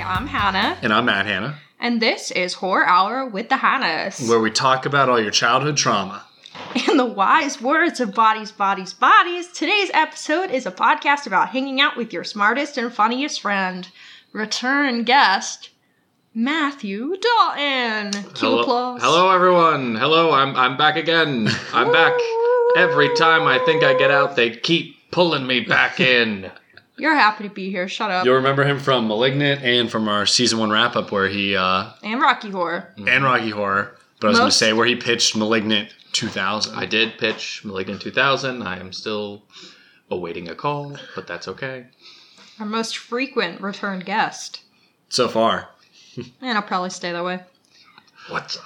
Hannah, And I'm Matt Hanna, and this is Horror Hour with the Hannahs. where we talk about all your childhood trauma. In the wise words of Bodies, Bodies, Bodies, today's episode is a podcast about hanging out with your smartest and funniest friend, return guest, Matthew Dalton. Cue Hello, applause. hello everyone. Hello, I'm I'm back again. I'm back. Every time I think I get out, they keep pulling me back in. You're happy to be here. Shut up. You'll remember him from *Malignant* and from our season one wrap up, where he uh, and Rocky Horror. Mm-hmm. and *Rocky Horror*. But I was going to Most- say where he pitched *Malignant* 2000. I did pitch Malignant 2000. I am still awaiting a call, but that's okay. Our most frequent return guest. so far. And I'll probably stay that way. What's up?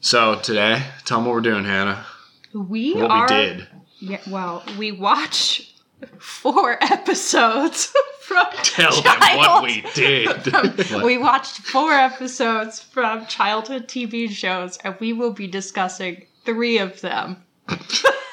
So today, tell them what we're doing, Hannah. We What are we did. Yeah, well, we watch four episodes from Tell them what child- we did. from- we watched four episodes from childhood TV shows, and we will be discussing three of them.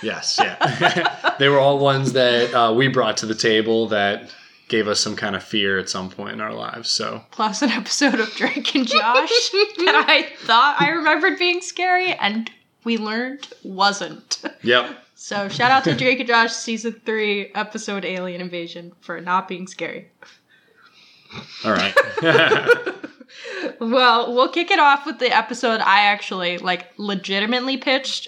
Yes, yeah. they were all ones that uh, we brought to the table that gave us some kind of fear at some point in our lives. So Plus, an episode of Drake and Josh that I thought I remembered being scary, and we learned wasn't. Yep. So, shout out to Drake and Josh season three, episode Alien Invasion, for not being scary. All right. Well, we'll kick it off with the episode I actually like legitimately pitched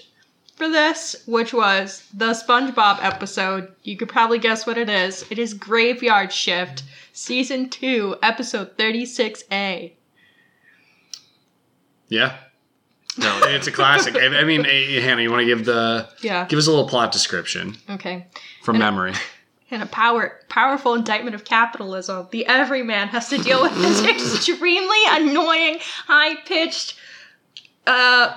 for this, which was the SpongeBob episode. You could probably guess what it is. It is Graveyard Shift, season 2, episode 36A. yeah. No, And it's a classic. I, I mean, eh, Hannah, you want to give the Yeah. give us a little plot description Okay. from memory. And a power powerful indictment of capitalism. The everyman has to deal with this extremely annoying, high-pitched uh,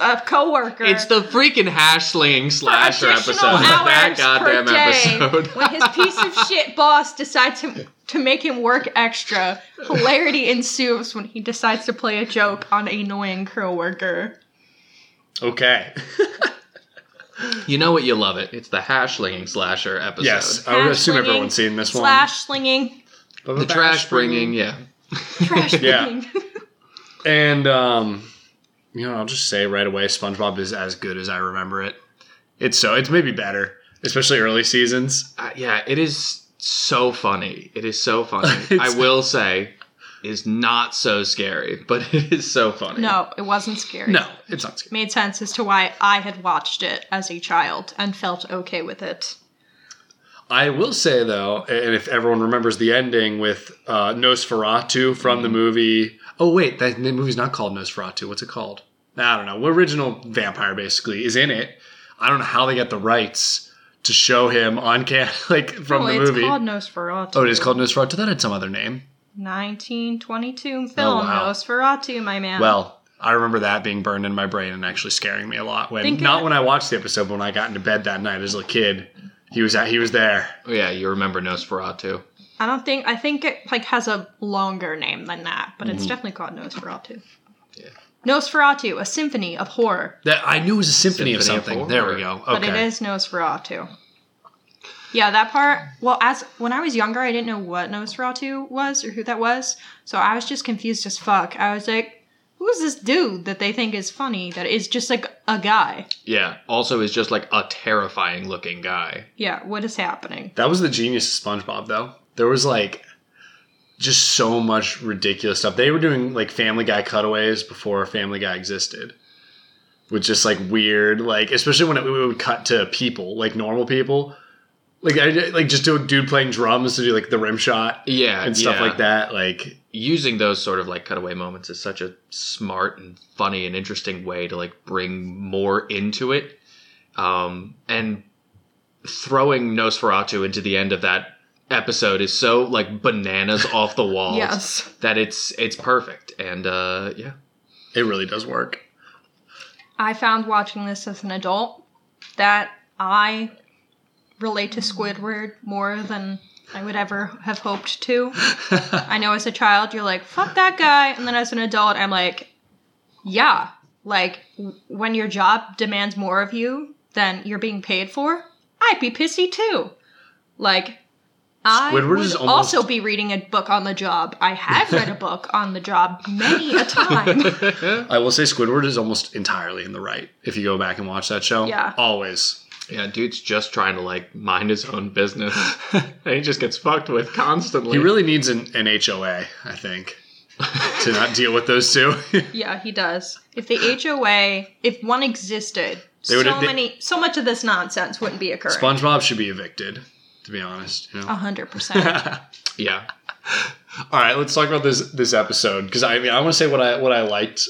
uh coworker. it's the freaking hashling slasher episode. additional That hours goddamn per day episode. when his piece of shit boss decides to, to make him work extra. Hilarity ensues when he decides to play a joke on an annoying coworker. Okay. you know what? You love it. It's the hashling slasher episode. Yes, I would assume Hash everyone's slinging seen this one. Slash slinging, But The back- trash bringing, yeah. trash Yeah. slinging. And um, you know, I'll just say right away, SpongeBob is as good as I remember it. It's so it's maybe better, especially early seasons. Uh, yeah, it is so funny. It is so funny. I It's- will say, is not so scary, but it is so funny. No, it wasn't scary. No, it's not scary. Made sense as to why I had watched it as a child and felt okay with it. I will say though, and if everyone remembers the ending with uh, Nosferatu from Mm-hmm. the movie. Oh wait, that the movie's not called Nosferatu. What's it called? I don't know. What original vampire basically is in it? I don't know how they got the rights to show him on can like from Oh, the it's movie. called Nosferatu. oh, it is called Nosferatu. That had some other name. 1922 film Oh, wow. Nosferatu, my man. Well, I remember that being burned in my brain and actually scaring me a lot. When Think not of- when I watched the episode, but when I got into bed that night as a kid, he was at, he was there. Oh, yeah, you remember Nosferatu. I don't think I think it like has a longer name than that, but it's definitely called Nosferatu. Yeah. Nosferatu, a symphony of horror, That I knew it was a symphony, of Symphony of something. Horror. there we go. Okay. but it is Nosferatu. Yeah, that part. Well, as when I was younger, I didn't know what Nosferatu was or who that was, so I was just confused as fuck. I was like, "Who's this dude that they think is funny? That is just like a guy." Yeah. Also, is just like a terrifying looking guy. Yeah, what is happening? That was the genius of SpongeBob, though. There was like just so much ridiculous stuff. They were doing like Family Guy cutaways before Family Guy existed, with just like weird, like especially when it, we would cut to people, like normal people, like I like just do a dude playing drums to do like the rim shot Yeah, and stuff yeah. like that. Like Using those sort of like cutaway moments is such a smart and funny and interesting way to like bring more into it. Um, and throwing Nosferatu into the end of that episode is so like bananas off the walls Yes, that it's it's perfect. And uh, yeah, it really does work. I found watching this as an adult that I relate to Squidward more than I would ever have hoped to. I know as a child, you're like, fuck that guy. And then as an adult, I'm like, yeah. Like, w- when your job demands more of you than you're being paid for, I'd be pissy too. Like, I Squidward would is almost- also be reading a book on the job. I have read a book on the job many a time. I will say Squidward is almost entirely in the right if you go back and watch that show. Yeah. Always. yeah, dude's just trying to like mind his own business, and he just gets fucked with constantly. He really needs an, an HOA, I think, to not deal with those two. yeah, he does. If the HOA, if one existed, They so would- they- many, so much of this nonsense wouldn't be occurring. SpongeBob should be evicted, to be honest. You know? A hundred percent. yeah, All right, let's talk about this this episode because I mean I want to say what I what I liked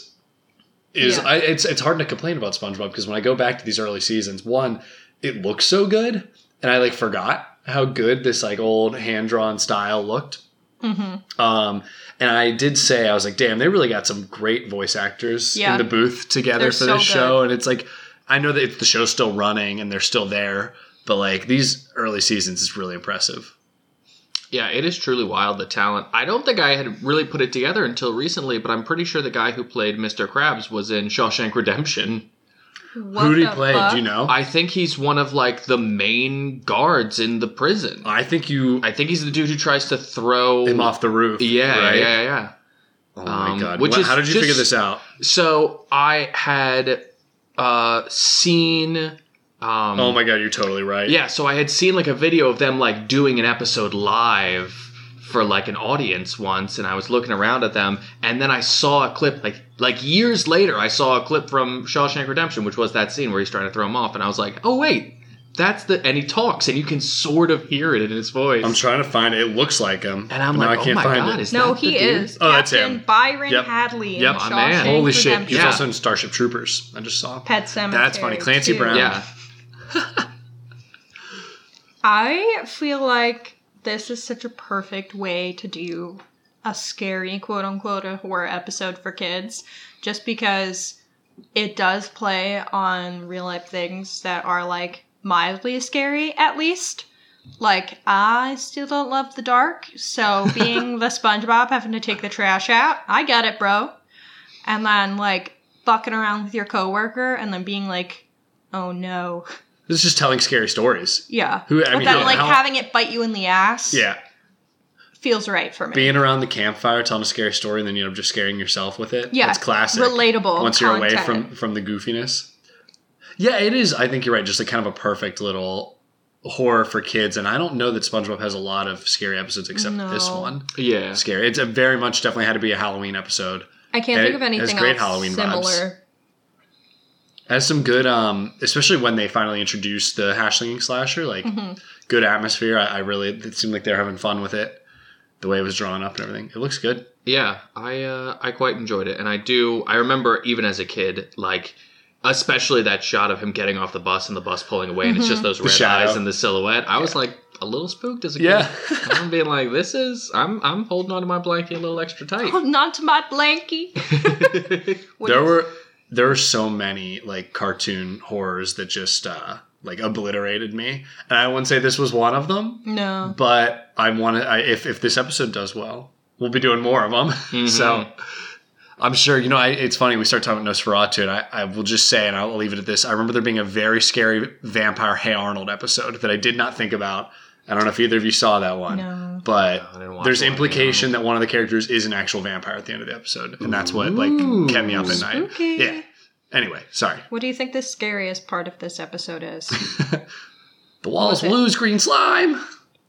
is Yeah. I, it's it's hard to complain about SpongeBob because when I go back to these early seasons, one it looks so good, and I like forgot how good this like old hand drawn style looked. hmm Um, and I did say I was like, damn, they really got some great voice actors Yeah. in the booth together They're for so this good. show, and it's like I know that it's, the show's still running and they're still there, but like these early seasons is really impressive. yeah, it is truly wild the talent. I don't think I had really put it together until recently, but I'm pretty sure the guy who played Mr. Krabs was in Shawshank Redemption. What Who did the he play? fuck? Do you know? I think he's one of like the main guards in the prison. I think you I think he's the dude who tries to throw him off the roof. Yeah, right? yeah, yeah. Oh my Um, god! which Wha- is how did you just- figure this out? So I had uh seen um Oh my god! You're totally right. Yeah, so I had seen like a video of them like doing an episode live for like an audience once and I was looking around at them and then I saw a clip like like years later I saw a clip from Shawshank Redemption which was that scene where he's trying to throw him off and I was like, "Oh wait, that's the and he talks and you can sort of hear it in his voice." I'm trying to find it. It looks like him, and I'm but like, now I can't "Oh my find god, it. is No, that the he dude? is. Oh, that's Captain him. Byron Yep. Hadley Yep. in My Shawshank man. Holy shit! He's Redemption. Yeah. also in Starship Troopers. I just saw. Pet Sematary. funny. Clancy too. Brown. Yeah. I feel like this is such a perfect way to do a scary quote unquote a horror episode for kids just because it does play on real life things that are like mildly scary at least. Like I still don't love the dark, so being the SpongeBob having to take the trash out, I got it, bro. And then like fucking around with your coworker and then being like, "Oh no." This is just telling scary stories. Yeah. Who I But mean, then, how- like how- having it bite you in the ass, yeah, feels right for me. being around the campfire, telling a scary story, and then you end up just scaring yourself with it. yeah, it's classic. relatable. Once you're away content. from from the goofiness. Yeah, it is. I think you're right. Just like kind of a perfect little horror for kids. And I don't know that SpongeBob has a lot of scary episodes except this No. one. Yeah. scary. It's a very much definitely had to be a Halloween episode. I can't It think of has anything great else Halloween vibes. similar. Has some good, um, especially when they finally introduced the hashling slasher, like Mm-hmm. good atmosphere. I, I really it seemed like they're having fun with it, the way it was drawn up and everything. It looks good. Yeah, I uh, I quite enjoyed it, and I do. I remember even as a kid, like especially that shot of him getting off the bus and the bus pulling away, and it's Mm-hmm. just those red shadow. eyes and the silhouette. I was like a little spooked as a Yeah. kid. I'm being like, this is. I'm I'm holding onto my blanket a little extra tight. Hold on Oh, to my blankie. What there is- were there were so many like cartoon horrors that just uh like obliterated me, and I wouldn't say this was one of them, no. but I want to. I, if if this episode does well, we'll be doing more of them. So I'm sure you know. I, it's funny we start talking about Nosferatu, and I, I will just say, and I'll leave it at this. I remember there being a very scary vampire Hey Arnold episode that I did not think about. I don't know if either of you saw that one, No. but I didn't watch there's the one, implication that one of the characters is an actual vampire at the end of the episode, and that's what like Ooh. kept me up at night. Spooky. Yeah. Anyway, sorry. What do you think the scariest part of this episode is? The walls was it? lose green slime.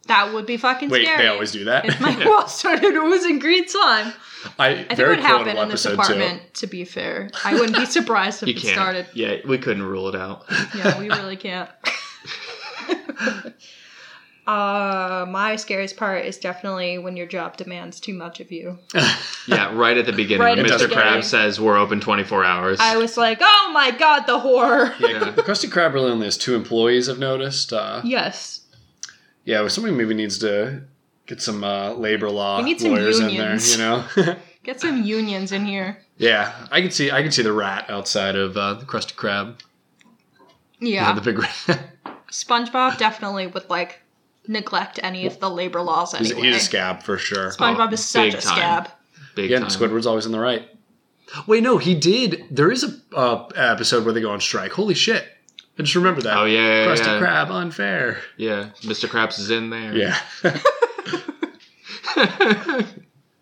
that would be fucking Wait, scary. they always do that. If my wall started oozing green slime, I, I think it very would happen quotable in this episode apartment. To be fair, I wouldn't be surprised if You it can't. started. Yeah, we couldn't rule it out. Yeah, we really can't. uh, my scariest part is definitely when your job demands too much of you. Yeah, right at the beginning, Right when at the Mr. beginning. Krabs says we're open 24 hours. I was like, oh my god, the horror. too. Yeah, Krusty Krab really only has two employees. I've noticed. Uh, Yes. Yeah, well, somebody maybe needs to get some uh, labor law We need some lawyers in there. unions. You know. Get some unions in here. yeah, I could see I could see the rat outside of uh, the Krusty Krab. You know, Yeah. the big rat. SpongeBob definitely would like neglect any of the labor laws he's, anyway. he's a scab for sure. SpongeBob Oh, is such big a time. scab. Big Yeah, time. Squidward's always on the right. Wait, no, he did. There is a uh, episode where they go on strike. Holy shit! I just remember that. Oh yeah, yeah, Krusty yeah. Krab unfair. yeah. Mr. Krabs is in there. Yeah.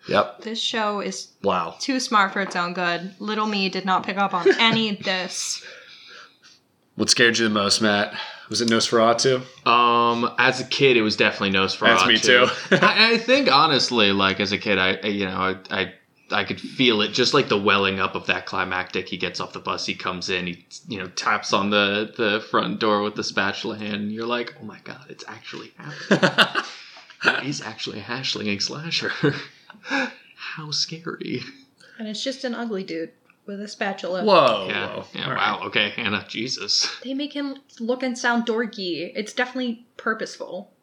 Yep. This show is Wow. too smart for its own good. Little me did not pick up on any of this. What scared you the most, Matt? Was it Nosferatu? um, as a kid, it was definitely Nosferatu. That's me too. I, I think honestly, like as a kid, I I- you know I. I I could feel it, just like the welling up of that climactic. He gets off the bus, he comes in, he you know taps on the the front door with the spatula hand. And you're like, oh my god, it's actually happening. He's actually a hashling slasher. How scary! And it's just an ugly dude with a spatula. Whoa. yeah, whoa. yeah Oh, All right. wow. Okay, Hannah, Jesus. They make him look and sound dorky. It's definitely purposeful.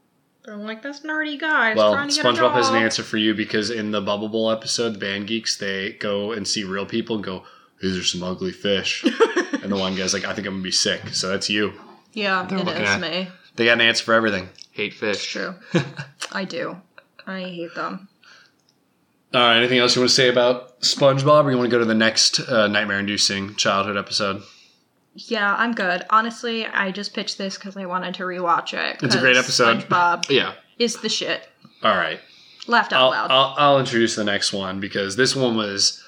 They're like, that's nerdy guy. is Well, trying to get a SpongeBob has an job." answer for you because in the Bubble Bowl episode, the band geeks they go and see real people and go, "These are some ugly fish," and the one guy's like, "I think I'm gonna be sick." So that's you. Yeah, They're it looking is at- me. They got an answer for everything. Hate It's fish. true. I do. I hate them. All right. Anything else you want to say about SpongeBob, or you want to go to the next uh, nightmare-inducing childhood episode? Yeah, I'm good. Honestly, I just pitched this because I wanted to rewatch it. It's a great 'cause episode. SpongeBob Yeah. is the shit. All right. Laughed out I'll, loud. I'll, I'll introduce the next one because this one was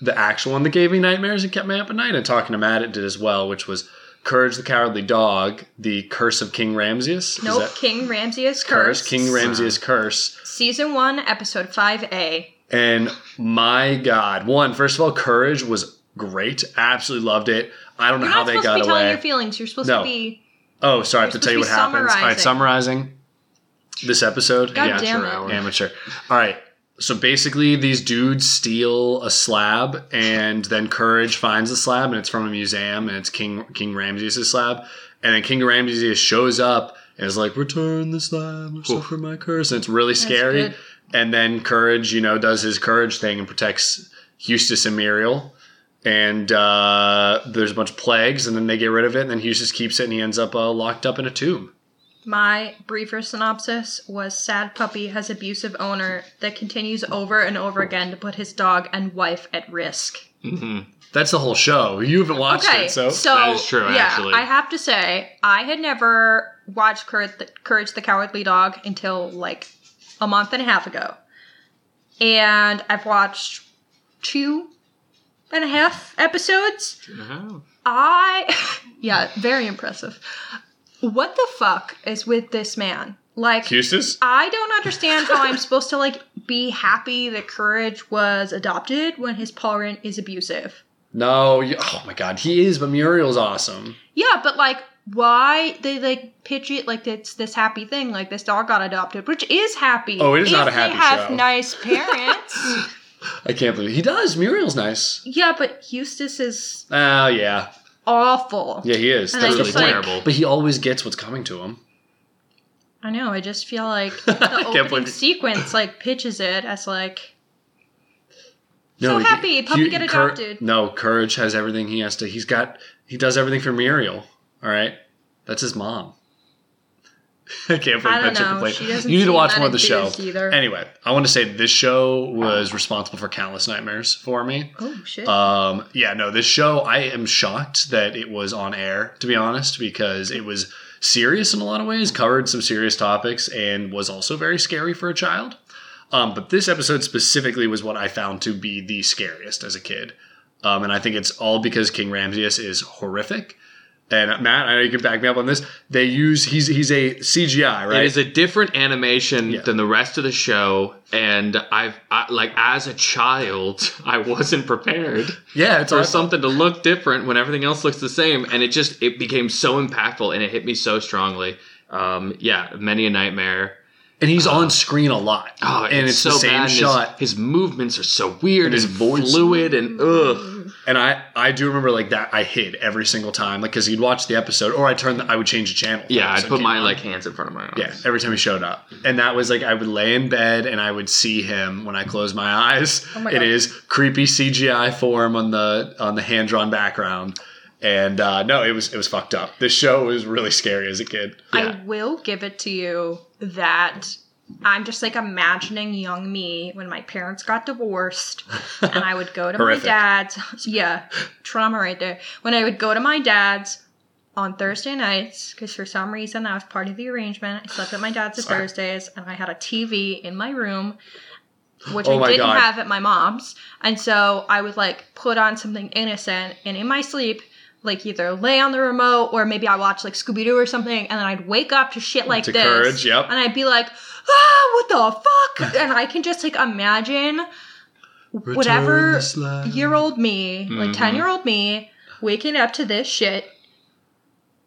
the actual one that gave me nightmares and kept me up at night. And talking to Matt, it did as well, which was Courage the Cowardly Dog, The Curse of King Ramses. nope, King Ramsey is Curse, cursed. King Ramses Curse. Season 1, Episode 5A. And my God, one, first of all, Courage was great. Absolutely loved it. I don't know You're how not they supposed to got be telling your away. feelings. You're supposed No. to be. Oh, sorry, I have to You're tell you what supposed to be happens. All right, summarizing this episode. God yeah, damn Amateur it. hour. Amateur. All right. So basically, these dudes steal a slab, and then Courage finds the slab, and it's from a museum, and it's King King Ramses' slab, and then King Ramses shows up and is like, "Return the slab, or Cool. suffer my curse," and it's really scary. good. And then Courage, you know, does his courage thing and protects Eustace and Muriel. And uh, there's a bunch of plagues, and then they get rid of it, and then Eustace keeps it, and he ends up uh, locked up in a tomb. My briefer synopsis was sad puppy has abusive owner that continues over and over again to put his dog and wife at risk. hmm That's the whole show. You haven't watched Okay, it, so, That is true, yeah, actually. I have to say I had never watched Courage the, Courage the Cowardly Dog until like a month and a half ago, and I've watched two and a half episodes. I yeah, very impressive. What the fuck is with this man? Like Eustace? I don't understand how I'm supposed to like be happy that Courage was adopted when his parent is abusive. No, you, oh my god, he is, but Muriel's awesome. Yeah, but like why they like pitch it like it's this happy thing, like this dog got adopted, which is happy. Oh, it is not a happy They have show. nice parents. I can't believe he does. Muriel's nice. yeah, but Eustace is Oh yeah, awful. yeah, he is. And That's I the just, point. like- terrible. but he always gets what's coming to him. I know. I just feel like I the can't opening believe- sequence like pitches it as like So he- happy, puppy he- get Cour- adopted. no, courage has everything he has to. He's got. He does everything for Muriel. All right, that's his mom. I can't believe I don't that took the know. place. She doesn't You need to seem watch that more of the show. enthused either. Anyway, I want to say this show was responsible for countless nightmares for me. oh shit. Um, yeah, no, this show, I am shocked that it was on air, to be honest, because it was serious in a lot of ways, covered some serious topics, and was also very scary for a child. Um, but this episode specifically was what I found to be the scariest as a kid. Um, and I think it's all because King Ramses is horrific. And Matt, I know you can back me up on this. They use he's he's a CGI, right? It is a different animation Yeah. than the rest of the show, and I've I, like as a child, I wasn't prepared yeah, it's for awesome. something to look different when everything else looks the same, and it just it became so impactful and it hit me so strongly. Um, yeah, many a nightmare. And he's on screen a lot. Oh, and it's, so the same bad. and his- shot. His, movements are so weird. And his his voice. Mm-hmm. voice fluid and ugh. And I, I do remember like that. I hid every single time, like because you'd watch the episode, or I turned, the, I would change the channel. Yeah, I'd So put keep- my like hands in front of my eyes. yeah every time he showed up, and that was like I would lay in bed and I would see him when I closed my eyes. Oh my It God. is creepy CGI form on the on the hand drawn background, and uh, no, it was it was fucked up. This show was really scary as a kid. yeah. I will give it to you that I'm just like imagining young me when my parents got divorced and I would go to my Horrific. dad's. Yeah, trauma right there. When I would go to my dad's, on Thursday nights because for some reason that was part of the arrangement. I slept at my dad's on Sorry. Thursdays, and I had a TV in my room, which Oh I my didn't God. have at my mom's. And so I would like put on something innocent, and in my sleep. Like either lay on the remote or maybe I watch like Scooby Doo or something, and then I'd wake up to shit like to this, courage. Yep. and I'd be like, "Ah, what the fuck?" and I can just like imagine whatever year old me, like Mhm. 10 year old me, waking up to this shit,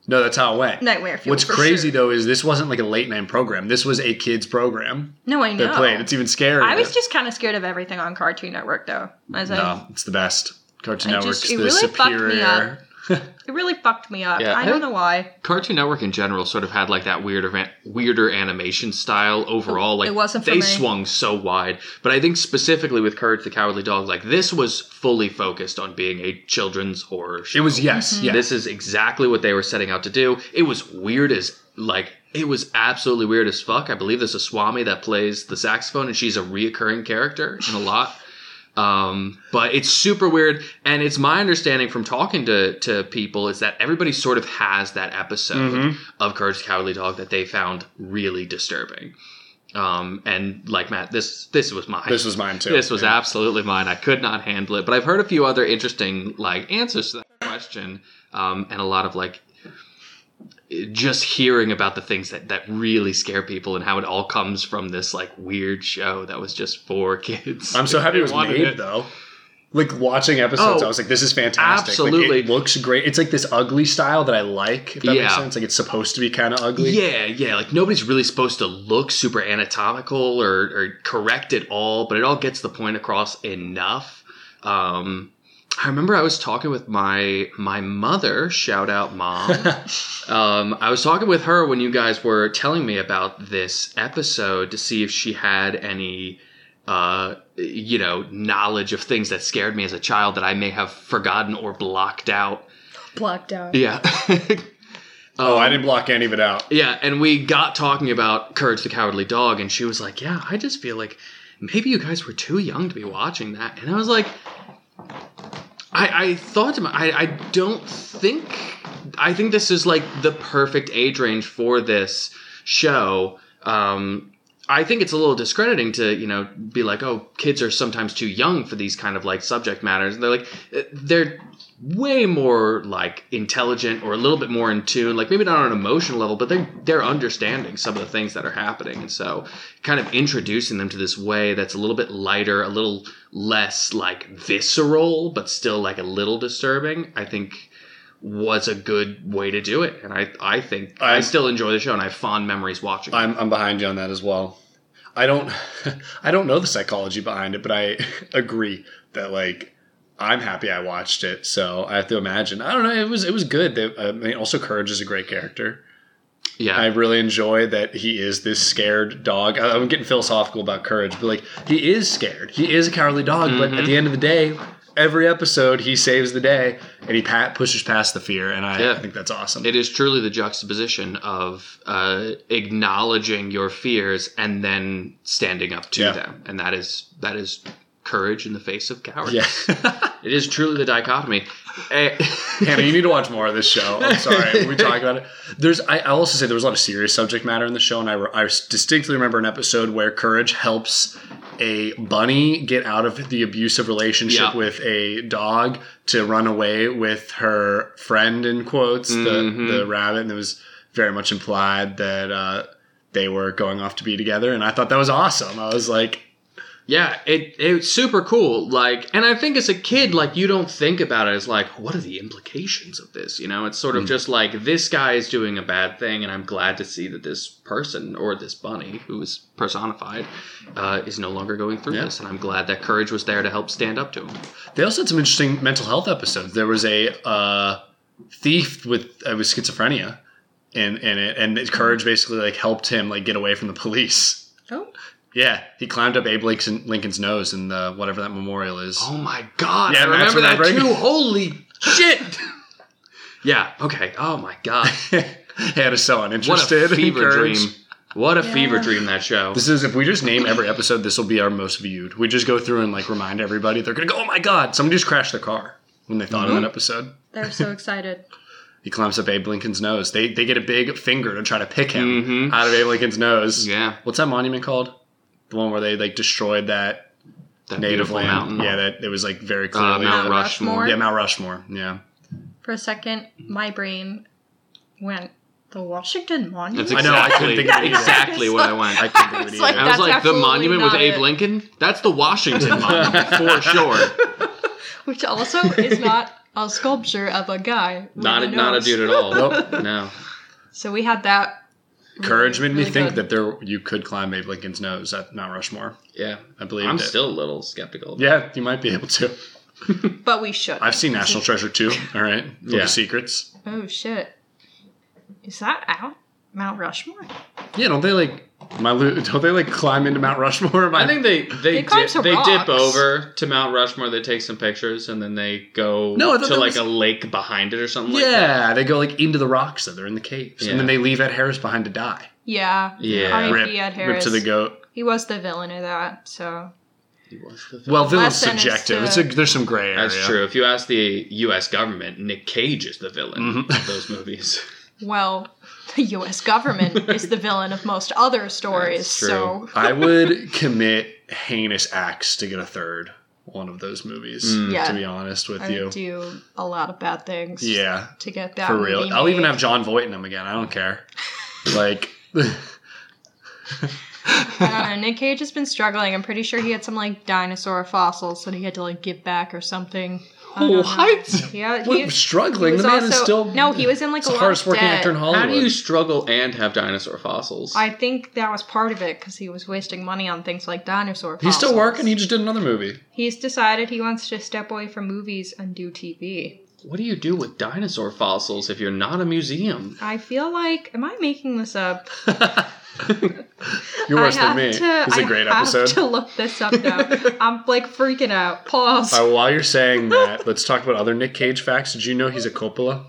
No, that's how it went. nightmare fuel. What's crazy though is this wasn't like a late night program. This was a kids program No, I that know. played. It's even scarier. I was just kind of scared of everything on Cartoon Network though. I was like, no, it's the best. Cartoon I Network's just- it the really fucked me superior. it really fucked me up. Yeah, I I don't think- know why. Cartoon Network in general sort of had like that weirder weirder animation style overall. Like It wasn't for they me. swung so wide, but I think specifically with Courage the Cowardly Dog, like this was fully focused on being a children's horror show. It was yes, yes. Mm-hmm. This is exactly what they were setting out to do. It was weird as like it was absolutely weird as fuck. I believe there's a Swami that plays the saxophone, and she's a reoccurring character in a lot. Um, but it's super weird, and it's my understanding from talking to to people is that everybody sort of has that episode Mhm. of Courage the Cowardly Dog that they found really disturbing. Um, and like Matt, this this was my This was mine too. this was Yeah. absolutely mine. I could not handle it. But I've heard a few other interesting like answers to that question, um, and a lot of like just hearing about the things that that really scare people and how it all comes from this like weird show that was just for kids. I'm so happy They it was wanted made though. Like watching episodes, Oh, I was like, "This is fantastic! absolutely. like, it looks great." It's like this ugly style that I like. If that makes Yeah. sense, like it's supposed to be kind of ugly. Yeah, yeah. Like nobody's really supposed to look super anatomical or, or correct at all, but it all gets the point across enough. Um, I remember I was talking with my my mother. Shout out, mom. um, I was talking with her when you guys were telling me about this episode to see if she had any. Uh, you know, knowledge of things that scared me as a child that I may have forgotten or blocked out. Blocked out. Yeah. Oh, I didn't block any of it out. Yeah, and we got talking about Courage the Cowardly Dog, and she was like, Yeah, I just feel like maybe you guys were too young to be watching that. And I was like, I, I thought to my, I, I don't think, I think this is like the perfect age range for this show. Um, I think it's a little discrediting to, you know, be like, oh, kids are sometimes too young for these kind of like subject matters. And they're like, eh, they're way more like intelligent or a little bit more in tune like maybe not on an emotional level but they're they're understanding some of the things that are happening and so kind of introducing them to this way that's a little bit lighter a little less like visceral but still like a little disturbing i think was a good way to do it and i i think i, I- still enjoy the show and i have fond memories watching it. I'm I'm behind you on that as well. I don't I don't know the psychology behind it, but I agree that like I'm happy I watched it. So I have to imagine. I don't know. It was it was good. They, uh, I mean, also Courage is a great character. yeah I really enjoy that he is this scared dog. I- I'm getting philosophical about courage, but like he is scared. He is a cowardly dog, but at Mm-hmm. the end of the day, every episode he saves the day and he pat, pushes past the fear, and I, Yeah. I think that's awesome. It is truly the juxtaposition of uh, acknowledging your fears and then standing up to Yeah. them, and that is that is courage in the face of cowardice. yeah, It is truly the dichotomy. Eh, Hannah, you need to watch more of this show. I'm sorry, we talk about it. There's, I, I also say there was a lot of serious subject matter in the show, and I, re- I distinctly remember an episode where courage helps a bunny get out of the abusive relationship Yeah. with a dog to run away with her friend in quotes Mhm. the the rabbit, and it was very much implied that uh, they were going off to be together, and I thought that was awesome. I was like, yeah, it it's super cool. Like, and I think as a kid, like you don't think about it as like, what are the implications of this? You know, it's sort of just like this guy is doing a bad thing, and I'm glad to see that this person or this bunny, who is personified, uh, is no longer going through Yeah. this, and I'm glad that courage was there to help stand up to him. They also had some interesting mental health episodes. There was a uh, thief with uh, with schizophrenia in in it, and his courage basically like helped him like get away from the police. Oh. Yeah, he climbed up Abe Lincoln, Lincoln's nose in the whatever that memorial is. Oh my god! Yeah, I Matt's remember that remembering. too. Holy shit! yeah. Okay. Oh my god. he had us so What uninterested. a in fever Courage. dream. What a Yeah. fever dream that show. This is if we just name every episode, this will be our most viewed. We just go through and like remind Mm-hmm. everybody. They're gonna go, oh my god, somebody just crashed their car when they thought of that episode. They're so excited. He climbs up Abe Lincoln's nose. They they get a big finger to try to pick him Mhm. out of Abe Lincoln's nose. Yeah. What's that monument called? The one where they like destroyed that That native beautiful land. mountain. Yeah, that it was like very Uh, clearly. Mount Mount Rushmore. Rushmore. yeah, Mount Rushmore. Yeah. For a second, my brain went the Washington Monument. That's I know, I couldn't exactly, think of it either. exactly what I went. I couldn't think of it It's either. like I That's was like, the absolutely monument with not Abe it. Lincoln? That's the Washington Monument, for sure. Which also is not a sculpture of a guy. with Not, a, not a nose. dude at all. Nope. No. So we had that. Courage made me Really think good. that there you could climb Abe Lincoln's nose at Mount Rushmore. Yeah. I believe I'm it. still a little skeptical. Yeah, you might be able to. But we should. I've seen National Treasure too. All right, Book of Yeah. Secrets. Oh shit! Is that out? Mount Rushmore? Yeah, don't they like my lo- don't they like climb into Mount Rushmore? My, I think they they They climb dip, some they dip rocks. over to Mount Rushmore. They take some pictures and then they go No, I thought to that like was- a lake behind it or something. like that. yeah, they go like into the rocks that they're in the caves, Yeah. and then they leave Ed Harris behind to die. Yeah. Yeah. R.I.P. Rip, Ed rip Harris. to the goat. He was the villain of that. So He was the villain. Well, villain's Lesson is subjective. to- It's a, there's some gray area. that's true. If you ask the U.S. government, Nick Cage is the villain Mhm. of those movies. well, the U.S. government is the villain of most other stories. That's true. So I would commit heinous acts to get a third one of those movies. Mm. Yeah. To be honest with I you, would do a lot of bad things. yeah, To get that for real. movie I'll even made. have John Voight in them again. I don't care. like, I don't know. Nick Cage has been struggling. I'm pretty sure he had some like dinosaur fossils that he had to like give back or something. I don't know. What? Yeah, he, we're he struggling. was The man also is still no. He was in like He's a the lot hardest of working debt. actor in Hollywood. How do you struggle and have dinosaur fossils? I think that was part of it because he was wasting money on things like dinosaur. He's still fossils. working. He just did another movie. He's decided he wants to step away from movies and do TV. what do you do with dinosaur fossils if you're not a museum? I feel like, am I making this up? You're worse I have than me. To, This is a I great have episode. to look this up now. I'm like freaking out. Pause. All right, while you're saying that, let's talk about other Nick Cage facts. Did you know he's a Coppola?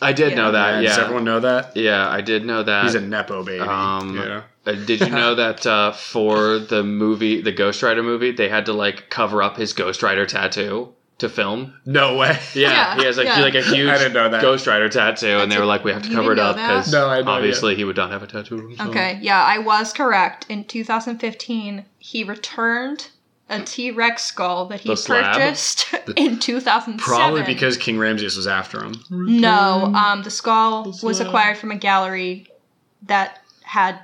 I did Yeah. know that. Does Yeah, everyone know that? yeah, I did know that. He's a Nepo baby. Um, you know? Uh, did you know that uh, for the movie, the Ghost Rider movie, they had to like cover up his Ghost Rider tattoo to film? No way. Yeah, Yeah, he has like, yeah. like a huge I didn't know that. Ghost Rider tattoo, and That's they were a- like, we have to you cover it didn't up know that? because No, I had no obviously he would not have a tattoo. of himself. Okay, yeah, I was correct. In 2015, he returned a T Rex skull that he The slab? purchased in 2007. Probably because King Ramses was after him. No, um, the skull Mm. The was slab. acquired from a gallery that had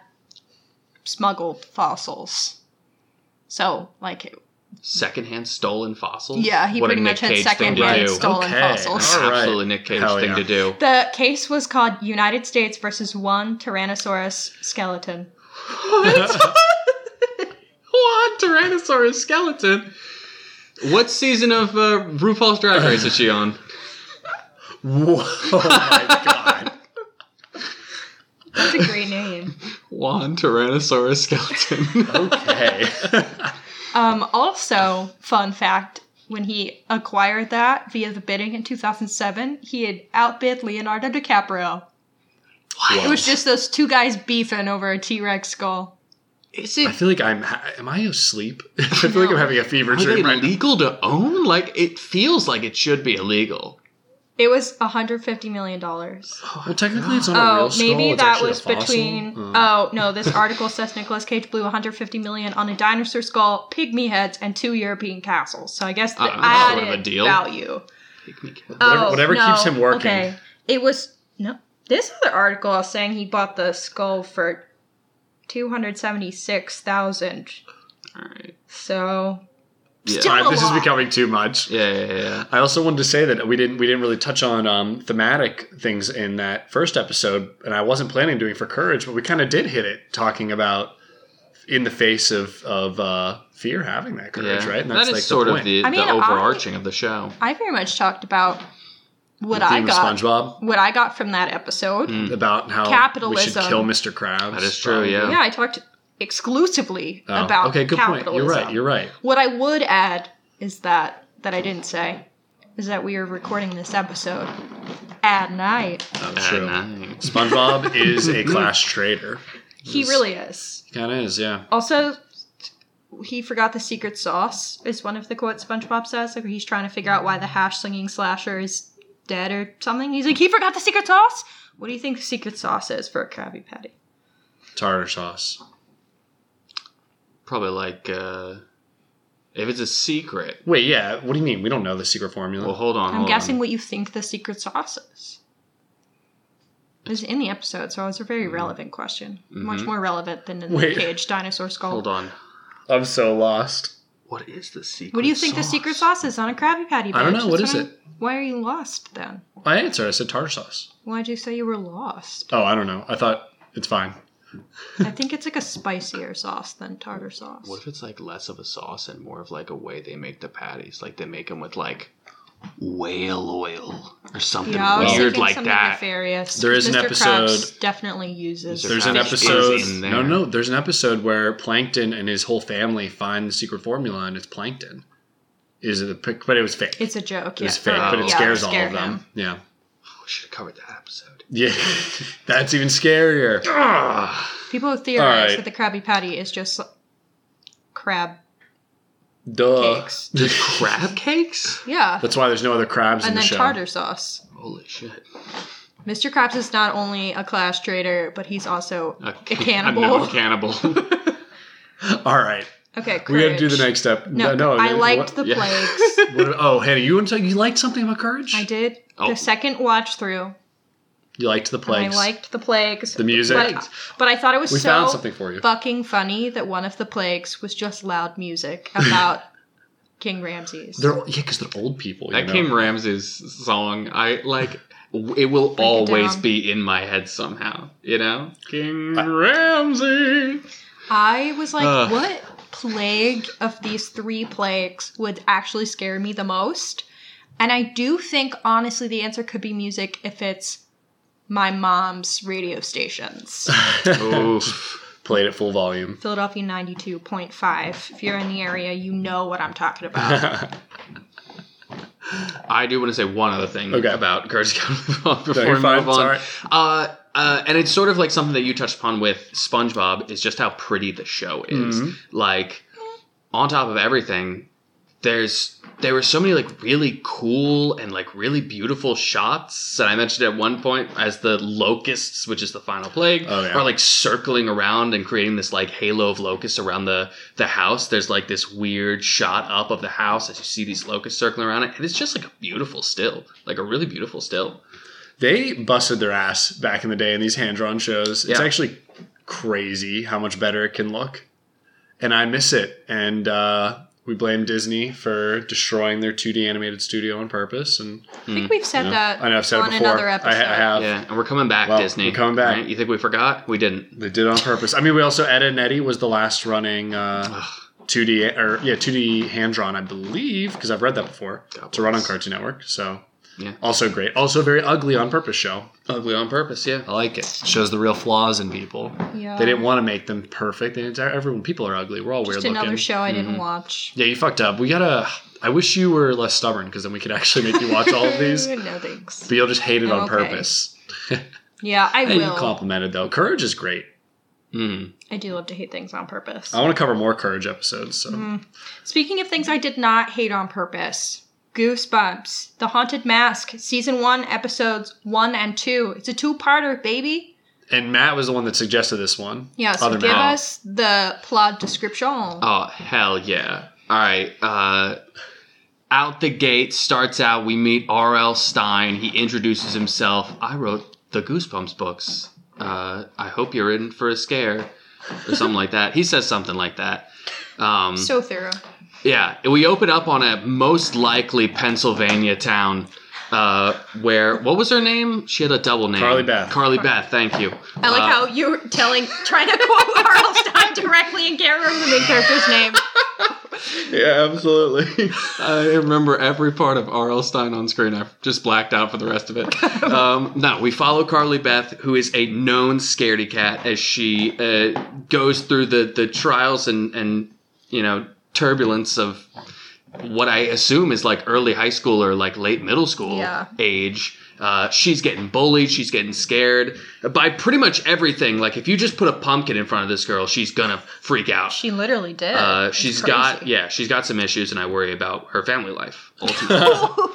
smuggled fossils. So, like, secondhand stolen fossils. yeah, he What a pretty Nick much had Cage thing to secondhand do. stolen Okay. fossals. All right. Absolutely, Nick Cage Hell thing yeah. to do. The case was called United States versus one Tyrannosaurus skeleton. What Tyrannosaurus skeleton? What season of uh, RuPaul's Drag Race is she on? Whoa, oh my god. That's a great name. Juan Tyrannosaurus skeleton. Okay. Um, also, fun fact when he acquired that via the bidding in 2007, he had outbid Leonardo DiCaprio. It was just those two guys beefing over a T Rex skull. Is I it feel like I'm. Ha- am I asleep? I feel like No. I'm having a fever Are they dream right now. legal to own? Like it feels like it should be illegal. It was $150 million. Well, technically, it's not a Oh, real skull. maybe it's that actually a was fossil. between. Uh, Oh no, this article says Nicolas Cage blew 150 million on a dinosaur skull, pigmy heads, and two European castles. So I guess the Uh, that's added sort of a deal. value. Whatever- Oh. whatever keeps him working. It was no. This other article is saying he bought the skull for two hundred seventy six thousand. All right. So Yeah. Still- Alright, this is lot. becoming too much. yeah, yeah, yeah. I also wanted to say that we didn't we didn't really touch on um, thematic things in that first episode, and I wasn't planning on doing for courage, but we kind of did hit it talking about in the face of of uh, fear having that courage, yeah. right? And that is like, sort of point. the, I mean, the I- overarching of the show. I very much talked about what The I theme of got. SpongeBob What I got from that episode. Mm. about how we should Capitalism. kill Mr. Krabs. That is true, yeah. Yeah, I talked exclusively Oh, about okay, good capitalism. point. You're right. You're right. What I would add is that that I didn't say is that we are recording this episode at night. That's At true. night. SpongeBob is a class traitor. He Yes. really is. Kind of is, yeah. Also, he forgot the secret sauce is one of the quotes SpongeBob says. Like he's trying to figure out why the hash slinging slasher is dead or something. He's like, he forgot the secret sauce. What do you think secret sauce is for a Krabby Patty? Tartar sauce. Probably like uh, if it's a secret. Wait, yeah. What do you mean? We don't know the secret formula. Well, hold on. I'm Oh. hold guessing on. what you think the secret sauce is. It was in the episode, so it's a very relevant question. Much more relevant than in the Mm. Mm-hmm. Wait. caged dinosaur skull. Hold on. I'm so lost. What is the secret? What do you think the secret sauce is on a Krabby Patty? I don't bitch? know. What That's is I'm- Why are you lost then? I answered. I said tartar sauce. Why'd you say you were lost? Oh, I don't know. I thought it's fine. I think it's like a spicier sauce than tartar sauce. What if it's like less of a sauce and more of like a way they make the patties? Like they make them with like whale oil or something Yeah, I was weird thinking like something that. nefarious. There is an Mr. Krabs episode- definitely uses. Mr. There's an Fish episode. is in there. No, no. There's an episode where Plankton and his whole family find the secret formula, and it's Plankton. Is it? a- But it was fake. It's a joke. it was yeah. fake, but it Yeah, scares all scare of them. Yeah, Oh, We should have covered that episode. yeah. That's even scarier. People have theorized that Alright. the Krabby Patty is just crab Duh. cakes. Just crab cakes? Yeah. That's why there's no other crabs in And the then show. tartar sauce. Holy shit. Mr. Krabs is not only a class trader, but he's also a, ca- cannibal. A known cannibal. All right, Okay, courage. we got to do the next step. No, I liked the yeah. plagues. the. oh, Hannah, you want to? You liked something about courage? I did Oh. the second watch through. You liked the And I plagues. liked the plagues. the music. But, but I thought it was we so found something for you. fucking funny that one of the plagues was just loud music about King Ramses. They're yeah, because they're old people. that you know? King Ramses song, I like. w- It will it always down. be in my head somehow, you know. King I- Ramsey. I was like, Ugh. what plague of these three plagues would actually scare me the most? And I do think, honestly, the answer could be music if it's my mom's radio stations. Oof. Played at full volume. Philadelphia 92.5. If you're in the area, you know what I'm talking about. Don't I do want to say one other thing Okay. about Courage the Cowardly Dog before you're we fine, move on. sorry. Uh, uh, and it's sort of like something that you touched upon with SpongeBob is just how pretty the show is. Mhm. Like, on top of everything, there's there were so many like really cool and like really beautiful shots. And I mentioned at one point as the locusts, which is the final plague, Oh, yeah. are like circling around and creating this like halo of locusts around the the house. There's like this weird shot up of the house as you see these locusts circling around it, and it's just like a beautiful still, like a really beautiful still. They busted their ass back in the day in these hand-drawn shows. It's Yeah. actually crazy how much better it can look, and I miss it. And uh, we blame Disney for destroying their 2D animated studio on purpose. And I think we've said you know, that I know I've said on it before. another I- episode. I, have. Yeah, and we're coming back, Well, Disney. we're coming back. You think we forgot? We didn't. They did it on purpose. I mean, we also Ed and Eddie was the last running uh, 2D or yeah 2D hand drawn, I believe, because I've read that before God to run on bless. Cartoon Network. So Yeah. also great. Also very ugly on purpose show. Ugly on purpose, yeah. I like it. Shows the real flaws in people. Yeah. They didn't want to make them perfect. They didn't, everyone, people are ugly. We're all Just weird another looking. Mm-hmm. show I didn't watch. yeah, you fucked up. We gotta. I wish you were less stubborn because then we could actually make you watch all of these. But no thanks. you'll just hate it I'm on okay. purpose. Yeah, I Hey, you will. complimented though. Courage is great. Mm. I do love to hate things on purpose. I want to cover more courage episodes. So Mm. Speaking of things I did not hate on purpose, Goosebumps, The Haunted Mask, Season 1, Episodes 1 and 2. It's a two parter, baby. And Matt was the one that suggested this one. Yeah, so Other give Matt. us the plot description. Oh, hell yeah. All right. Uh, out the gate, starts out, we meet R.L. Stein. He introduces himself. I wrote the Goosebumps books. Uh, I hope you're in for a scare or something like that. He says something like that. Um, so thorough. Yeah, we open up on a most likely Pennsylvania town uh, where what was her name? She had a double name. Carly Beth. Carly Beth. Thank you. I like Uh, how you're telling, trying to quote Carl Stein directly and can't remember the main character's name. Yeah, absolutely. I remember every part of R.L. Stein on screen. I just blacked out for the rest of it. Um, no, we follow Carly Beth, who is a known scaredy cat, as she uh, goes through the, the trials and, and, you know, turbulence of what I assume is like early high school or like late middle school Yeah. age. Uh, she's getting bullied. She's getting scared by pretty much everything. Like, if you just put a pumpkin in front of this girl, she's gonna freak out. She literally did. Uh, It's she's crazy. got yeah, she's got some issues, and I worry about her family life. Ultimately.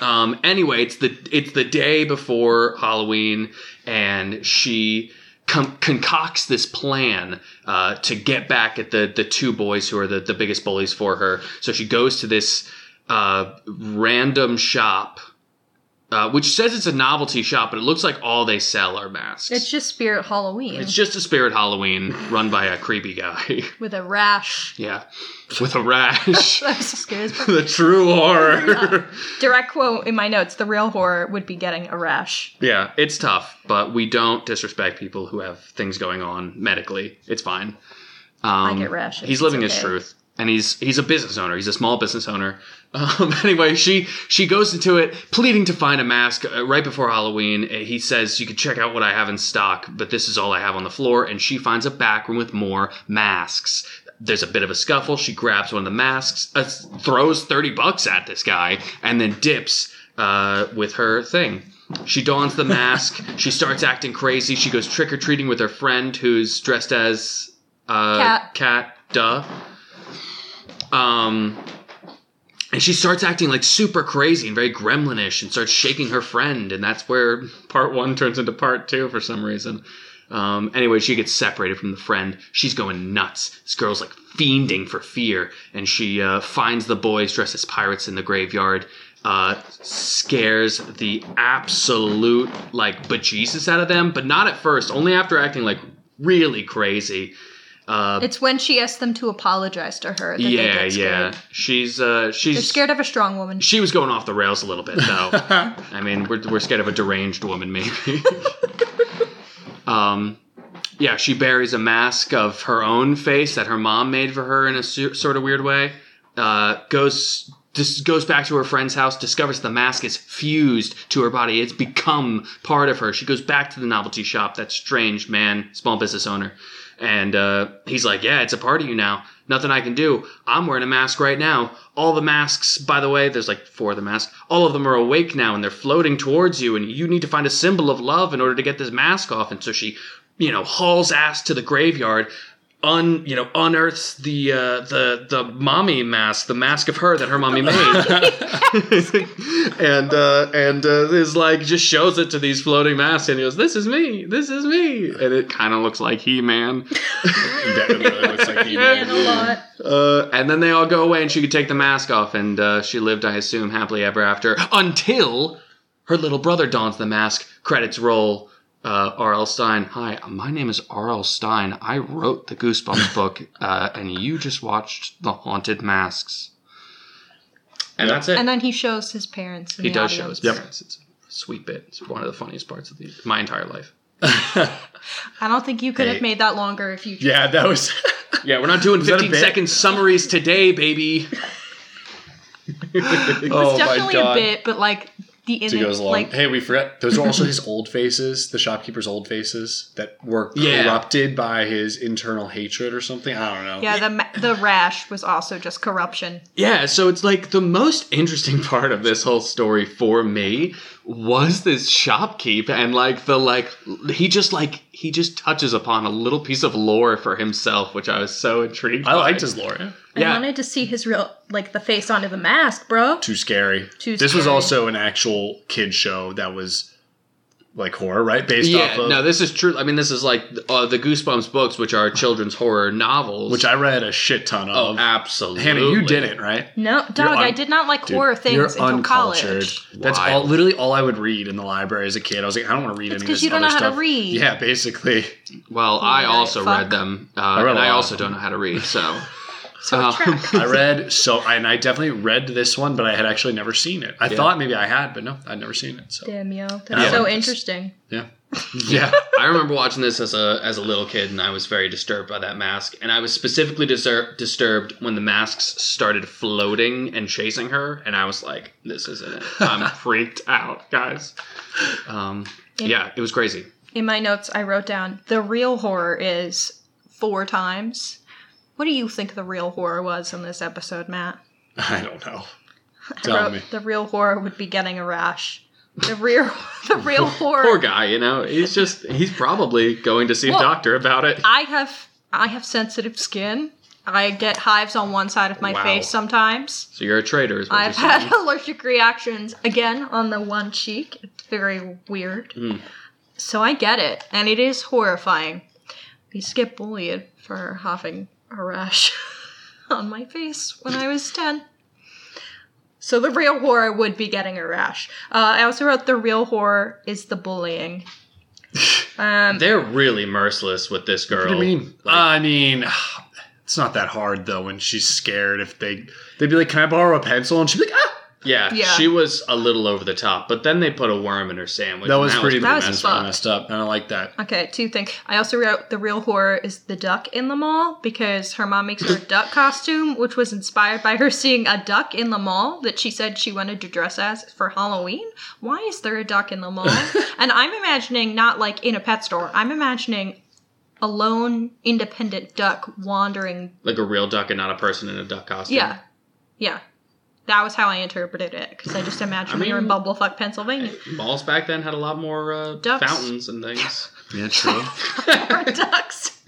Um, anyway, it's the it's the day before Halloween, and she con- concocts this plan uh, to get back at the the two boys who are the the biggest bullies for her. So she goes to this uh, random shop. Uh, which says it's a novelty shop, but it looks like all they sell are masks. It's just Spirit Halloween It's just a spirit Halloween run by a creepy guy. with a rash. yeah. With a rash. That was so scary. as fuck. the true horror. Direct quote in my notes: "The real horror would be getting a rash." yeah, it's tough, but we don't disrespect people who have things going on medically. It's fine. Um, get rashes. He's living It's his okay. truth, and he's he's a business owner. He's a small business owner. Um, anyway, she she goes into it pleading to find a mask uh, right before Halloween. Uh, He says you could check out what I have in stock, but this is all I have on the floor. And she finds a back room with more masks. There's a bit of a scuffle. She grabs one of the masks, uh, throws thirty bucks at this guy, and then dips uh, with her thing. She dons the mask. she starts acting crazy. She goes trick or treating with her friend, who's dressed as uh, Cat. cat, duh. Um, and she starts acting like super crazy and very gremlinish and starts shaking her friend. And that's where part one turns into part two for some reason. Um, anyway, she gets separated from the friend. She's going nuts. This girl's like fiending for fear. And she uh, finds the boys dressed as pirates in the graveyard. Uh, scares the absolute like bejesus out of them, but not at first. Only after acting like really crazy. Uh, It's when she asks them to apologize to her. That they yeah, get yeah. scared. She's uh, she's They're scared of a strong woman. she was going off the rails a little bit though. I mean, we're, we're scared of a deranged woman, maybe. um, yeah, she buries a mask of her own face that her mom made for her in a su- sort of weird way. Uh, goes dis- goes back to her friend's house, discovers the mask is fused to her body. It's become part of her. She goes back to the novelty shop. That strange man, small business owner, and uh, he's like, "Yeah, it's a part of you now. Nothing I can do. I'm wearing a mask right now. All the masks, by the way, there's like four of the masks. All of them are awake now, and they're floating towards you. And you need to find a symbol of love in order to get this mask off." And so she, you know, hauls ass to the graveyard. Un, you know, unearths the uh, the the mommy mask, the mask of her that her mommy made, and uh, and uh, is like just shows it to these floating masks, and he goes, "This is me, this is me," and it kind of looks like He Man. that really looks like he And a lot. Uh, and then they all go away, and she could take the mask off, and uh, she lived, I assume, happily ever after until her little brother dons the mask. Credits roll. Uh, R.L. Stein. Hi, my name is R.L. Stein. I wrote the Goosebumps book, uh, and you just watched The Haunted Masks. And that's it. And then he shows his parents. In he the does show audience. his parents. It's a sweet bit. It's one of the funniest parts of the, my entire life. I don't think you could Hey. have made that longer if you. yeah, that was. Yeah, we're not doing that a 15 bit? second summaries today, baby. oh Oh It's definitely a bit, but like the So he image, goes along. like hey, we forgot. Those are also his old faces, the shopkeeper's old faces that were Yeah. corrupted by his internal hatred or something. I don't know. yeah, the ma- the rash was also just corruption. Yeah, so it's like the most interesting part of this whole story for me was this shopkeep and like the like he just like he just touches upon a little piece of lore for himself, which I was so intrigued. I by. liked his lore. Yeah. I wanted to see his real, like the face onto the mask, bro. Too scary. Too this was scary. also an actual kid show that was like horror, right? Based Yeah, off of no, this is true. I mean, this is like uh, the Goosebumps books, which are children's horror novels. which I read a shit ton oh, of. absolutely, Hannah, you didn't, right? No, dog, I un- did not like Dude, horror things you're until uncultured. college. That's Why? all. Literally all I would read in the library as a kid. I was like, I don't want to read It's any of 'cause this you don't know other how to stuff. read. Yeah, basically. Well, I Yeah, also fuck. read them, uh, read a and I lot. also don't know how to read. So, So Um, Uh-huh. attractive. I read so, and I definitely read this one, but I had actually never seen it. I thought maybe I had, but no, I'd never seen it. So Damn, yo, that's Yeah. so Yeah. interesting. yeah, yeah. I remember watching this as a as a little kid, and I was very disturbed by that mask. And I was specifically disur- disturbed when the masks started floating and chasing her. And I was like, "This isn't it. I'm freaked out, guys." Um, yeah, it was crazy. In my notes, I wrote down the real horror is four times. What do you think the real horror was in this episode, Matt? I don't know. I Tell wrote, me. The real horror would be getting a rash. The real, the real horror. Poor guy, you know, he's just he's probably going to see a Well- doctor about it. I have I have sensitive skin, I get hives on one side of my Wow. face sometimes. So you're a traitor, is what I've you're saying. had allergic reactions again on the one cheek. It's very weird. Mm. So I get it, and it is horrifying. I used to get bullied for having a rash on my face when I was 10. So the real horror would be getting a rash. Uh, I also wrote the real horror is the bullying. Um, They're really merciless with this girl. What do you mean? Like- Uh, I mean, it's not that hard though. When she's scared, if they they'd be like, "Can I borrow a pencil?" and she'd be like, "Ah." Yeah, Yeah. she was a little over the top, but then they put a worm in her sandwich. That and was pretty That was messed, fucked. messed up. and I don't like that. Okay, two things. I also wrote the real horror is the duck in the mall because her mom makes her a duck costume, which was inspired by her seeing a duck in the mall that she said she wanted to dress as for Halloween. Why is there a duck in the mall? and I'm imagining not like in a pet store. I'm imagining a lone, independent duck wandering. like a real duck and not a person in a duck costume. Yeah, yeah. That was how I interpreted it because I just imagined we were in mean- Bumblefuck, Pennsylvania. Malls back then had a lot more uh, Ducks. fountains and things. Yeah, true. Or ducks.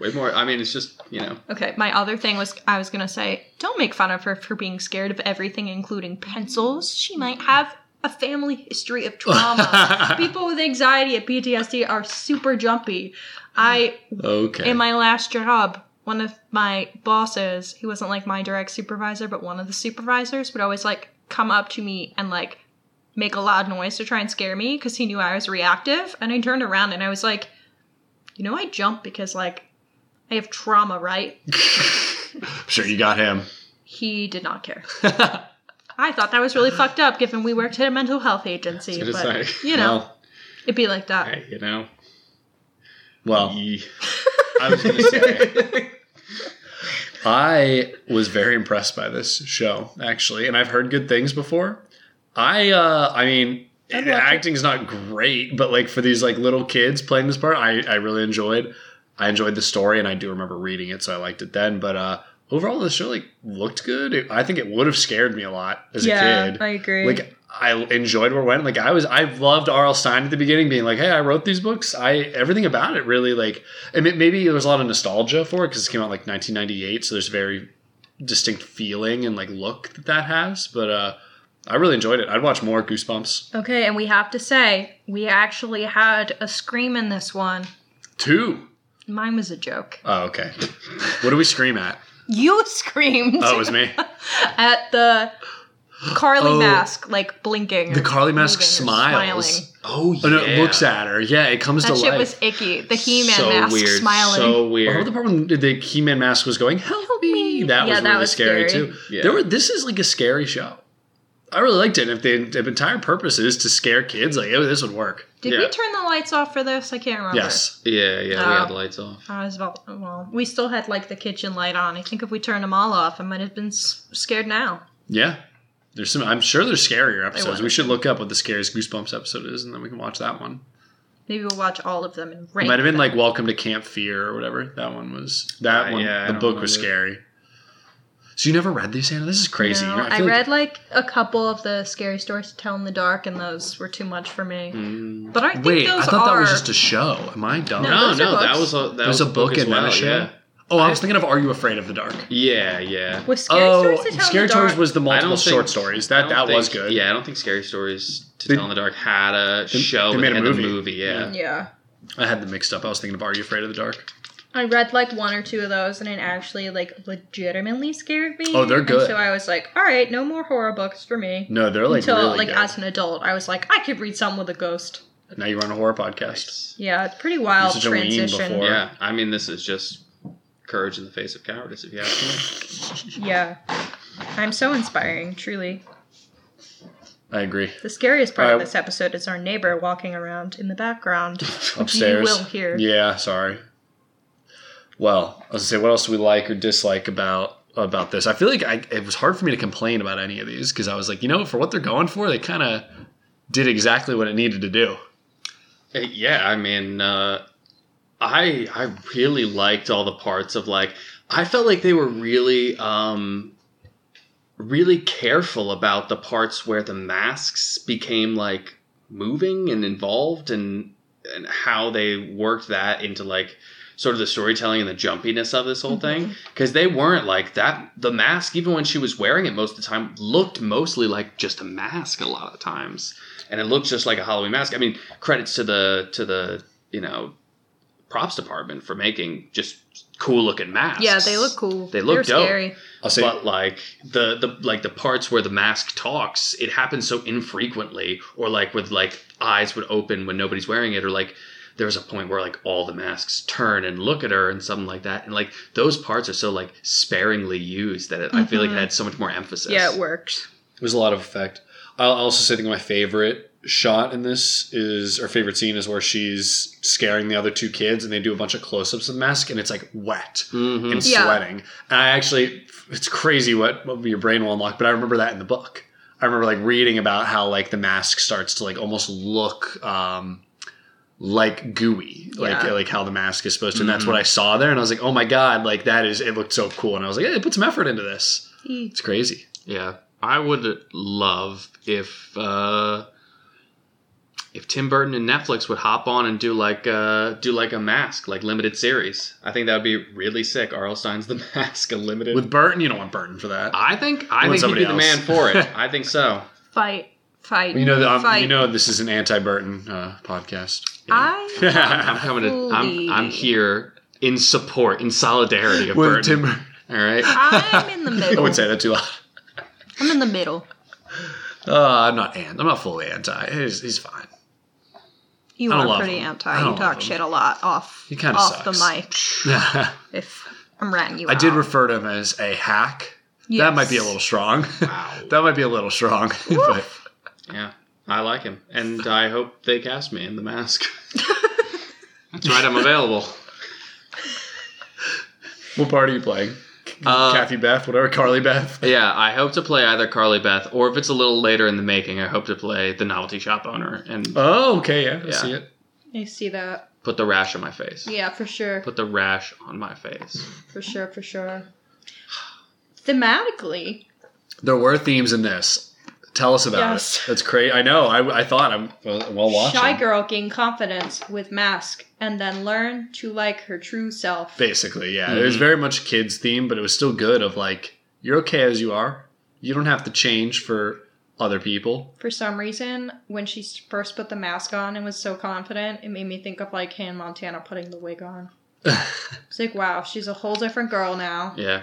Way more. I mean, it's just you know. Okay, my other thing was I was gonna say, don't make fun of her for being scared of everything, including pencils. She might have a family history of trauma. People with anxiety and PTSD are super jumpy. I, okay. in my last job, one of my bosses, he wasn't like my direct supervisor, but one of the supervisors would always like come up to me and like make a loud noise to try and scare me because he knew I was reactive. And I turned around and I was like, you know, I jump because like I have trauma, right? sure, you got him. he did not care. I thought that was really fucked up, given we worked at a mental health agency. I But was gonna say. you know, Well, it'd be like that. Hey, you know. well, Ye- I was going to say, I was very impressed by this show, actually, and I've heard good things before. I, uh, I mean, I'd watch it. acting is not great, but like for these like little kids playing this part, I, I really enjoyed. I enjoyed the story, and I do remember reading it, so I liked it then. But uh, overall, the show like looked good. It- I think it would have scared me a lot as a kid. agree. like I enjoyed where it went. Like I was, I loved R.L. Stein at the beginning, being like, "Hey, I wrote these books. I everything about it really like." And it, maybe there was a lot of nostalgia for it because it came out like 1998, so there's a very distinct feeling and like look that that has. But uh, I really enjoyed it. I'd watch more Goosebumps okay, and we have to say we actually had a scream in this one. two. Mine was a joke. Oh, okay. What do we scream at? You screamed Oh, it was me. at the Carly Oh. mask, like blinking. The Carly mask Moving or smiles. smiling. oh Oh, no, it looks at her. Yeah, it comes that to shit life. was icky. The He-Man so mask weird, smiling. So I love weird. the part when the He-Man mask was going, "Help me!" That Yeah, was that really was scary, scary. too. Yeah. There were. This is like a scary show. I really liked it. And if the, if the entire purpose is to scare kids, like, oh, this would work. Did we yeah. turn the lights off for this? I can't remember. Yes. yeah, yeah. Oh. We had the lights off. I was about, well, we still had like the kitchen light on. I think if we turned them all off, I might have been s- scared now. Yeah. There's some. I'm sure there's scarier episodes. were. We should look up what the scariest Goosebumps episode is, and then we can watch that one. Maybe we'll watch all of them and It rank. might have been them. like Welcome to Camp Fear or whatever. That one was. That Uh, one. yeah, I the don't book was scary. So you never read these, Hannah? This is crazy. No, You're- I, feel like- read like a couple of the scary stories to tell in the dark, and those were too much for me. But I think Wait, I those thought are. that was just a show. Am I dumb? No, Mm. No, those are no, that books. was a that There's was a book as and then well, a show. Yeah, Oh, I was thinking of Are You Afraid of the Dark? yeah. yeah. was scary stories to tell Oh, Scary in the dark. Stories was the I don't multiple think- short stories. I That don't that was think- good. Yeah, I don't think Scary Stories to They- Tell in the Dark had a They- show. they but made a had the movie. movie. Yeah. Yeah, I had them mixed up. I was thinking of Are You Afraid of the Dark? I read like one or two of those, and it actually like legitimately scared me. Oh, they're And good. so I was like, all right, no more horror books for me. No, they're like Until really like good. as an adult, I was like, I could read something with a ghost. now you run a horror podcast. Yeah, it's pretty wild such a weeb transition. before. Yeah, I mean, this is just courage in the face of cowardice. If you ask me, Yeah. I'm so inspiring, truly. I agree. The scariest part of Alright. this episode is our neighbor walking around in the background. Which you Upstairs. will hear. Yeah, sorry. Well, I was gonna say, what else do we like or dislike about about this? I feel like I, it was hard for me to complain about any of these because I was like, you know, for what they're going for, they kind of did exactly what it needed to do. Uh, yeah, I mean, uh, I I really liked all the parts of like I felt like they were really um, really careful about the parts where the masks became like moving and involved and and how they worked that into like sort of the storytelling and the jumpiness of this whole thing because they weren't like that. The mask, even when she was wearing it most of the time, looked mostly like just a mask a lot of times, and it looked just like a Halloween mask. I mean, credits to the to the you know props department for making just cool looking masks. Yeah, they look cool. They look They're dope. scary. I'll say but like the the like the parts where the mask talks, it happens so infrequently, or like with like eyes would open when nobody's wearing it, or like there was a point where like all the masks turn and look at her and something like that, and like those parts are so like sparingly used that it, I feel like it had so much more emphasis. Mm-hmm. Yeah, it worked. It was a lot of effect. I'll also say I think my favorite shot in this is or favorite scene is where she's scaring the other two kids and they do a bunch of close-ups of the mask and it's like wet Mhm. and Yeah. sweating. And I actually it's crazy what, what your brain will unlock, but I remember that in the book. I remember like reading about how like the mask starts to like almost look um like gooey, like Yeah. like how the mask is supposed to, and that's what I saw there. And I was like, oh my god, like that is it looked so cool. And I was like, yeah, they put some effort into this. It's crazy. Yeah, I would love if uh, if Tim Burton and Netflix would hop on and do like uh, do like a mask, like limited series. I think that would be really sick. R.L. Stein's The Mask, a limited. With Burton, you don't want Burton for that. I think I With think he'd be the somebody man else. for it. I think so. Fight, fight, You know, that I'm fight. you know, this is an anti-Burton uh, podcast. I I'm coming to. I'm I'm here in support, in solidarity of With Burton. Tim, All right. I'm in the I middle. would say that too loud. I'm in the middle. Uh, I'm not anti. I'm not fully anti. He's, he's fine. You I don't are love pretty him. anti. I don't You love talk him. shit a lot off He kinda off the mic. sucks. If I'm ratting you I out. did refer to him as a hack. That might be a Yes. little strong. Wow. that might be a little strong. but Yeah, I like him, and I hope they cast me in The Mask. That's right. I'm available. what part are you playing? Uh, Kathy Beth, whatever, Carly Beth. Yeah, I hope to play either Carly Beth, or if it's a little later in the making, I hope to play the novelty shop owner and Oh, okay, yeah, I Yeah. see it. I see that. put the rash on my face. Yeah, for sure. Put the rash on my face. For sure, for sure. Thematically. There were themes in this. Tell us about Yes. it. That's great. I know. I, I thought I'm well, well watching. Shy girl gain confidence with mask and then learn to like her true self. basically yeah it Mhm. was very much kids theme but it was still good of like you're okay as you are you don't have to change for other people For some reason, when she s- first put the mask on and was so confident, it made me think of like Han Montana putting the wig on. It's like, wow, she's a whole different girl now. Yeah.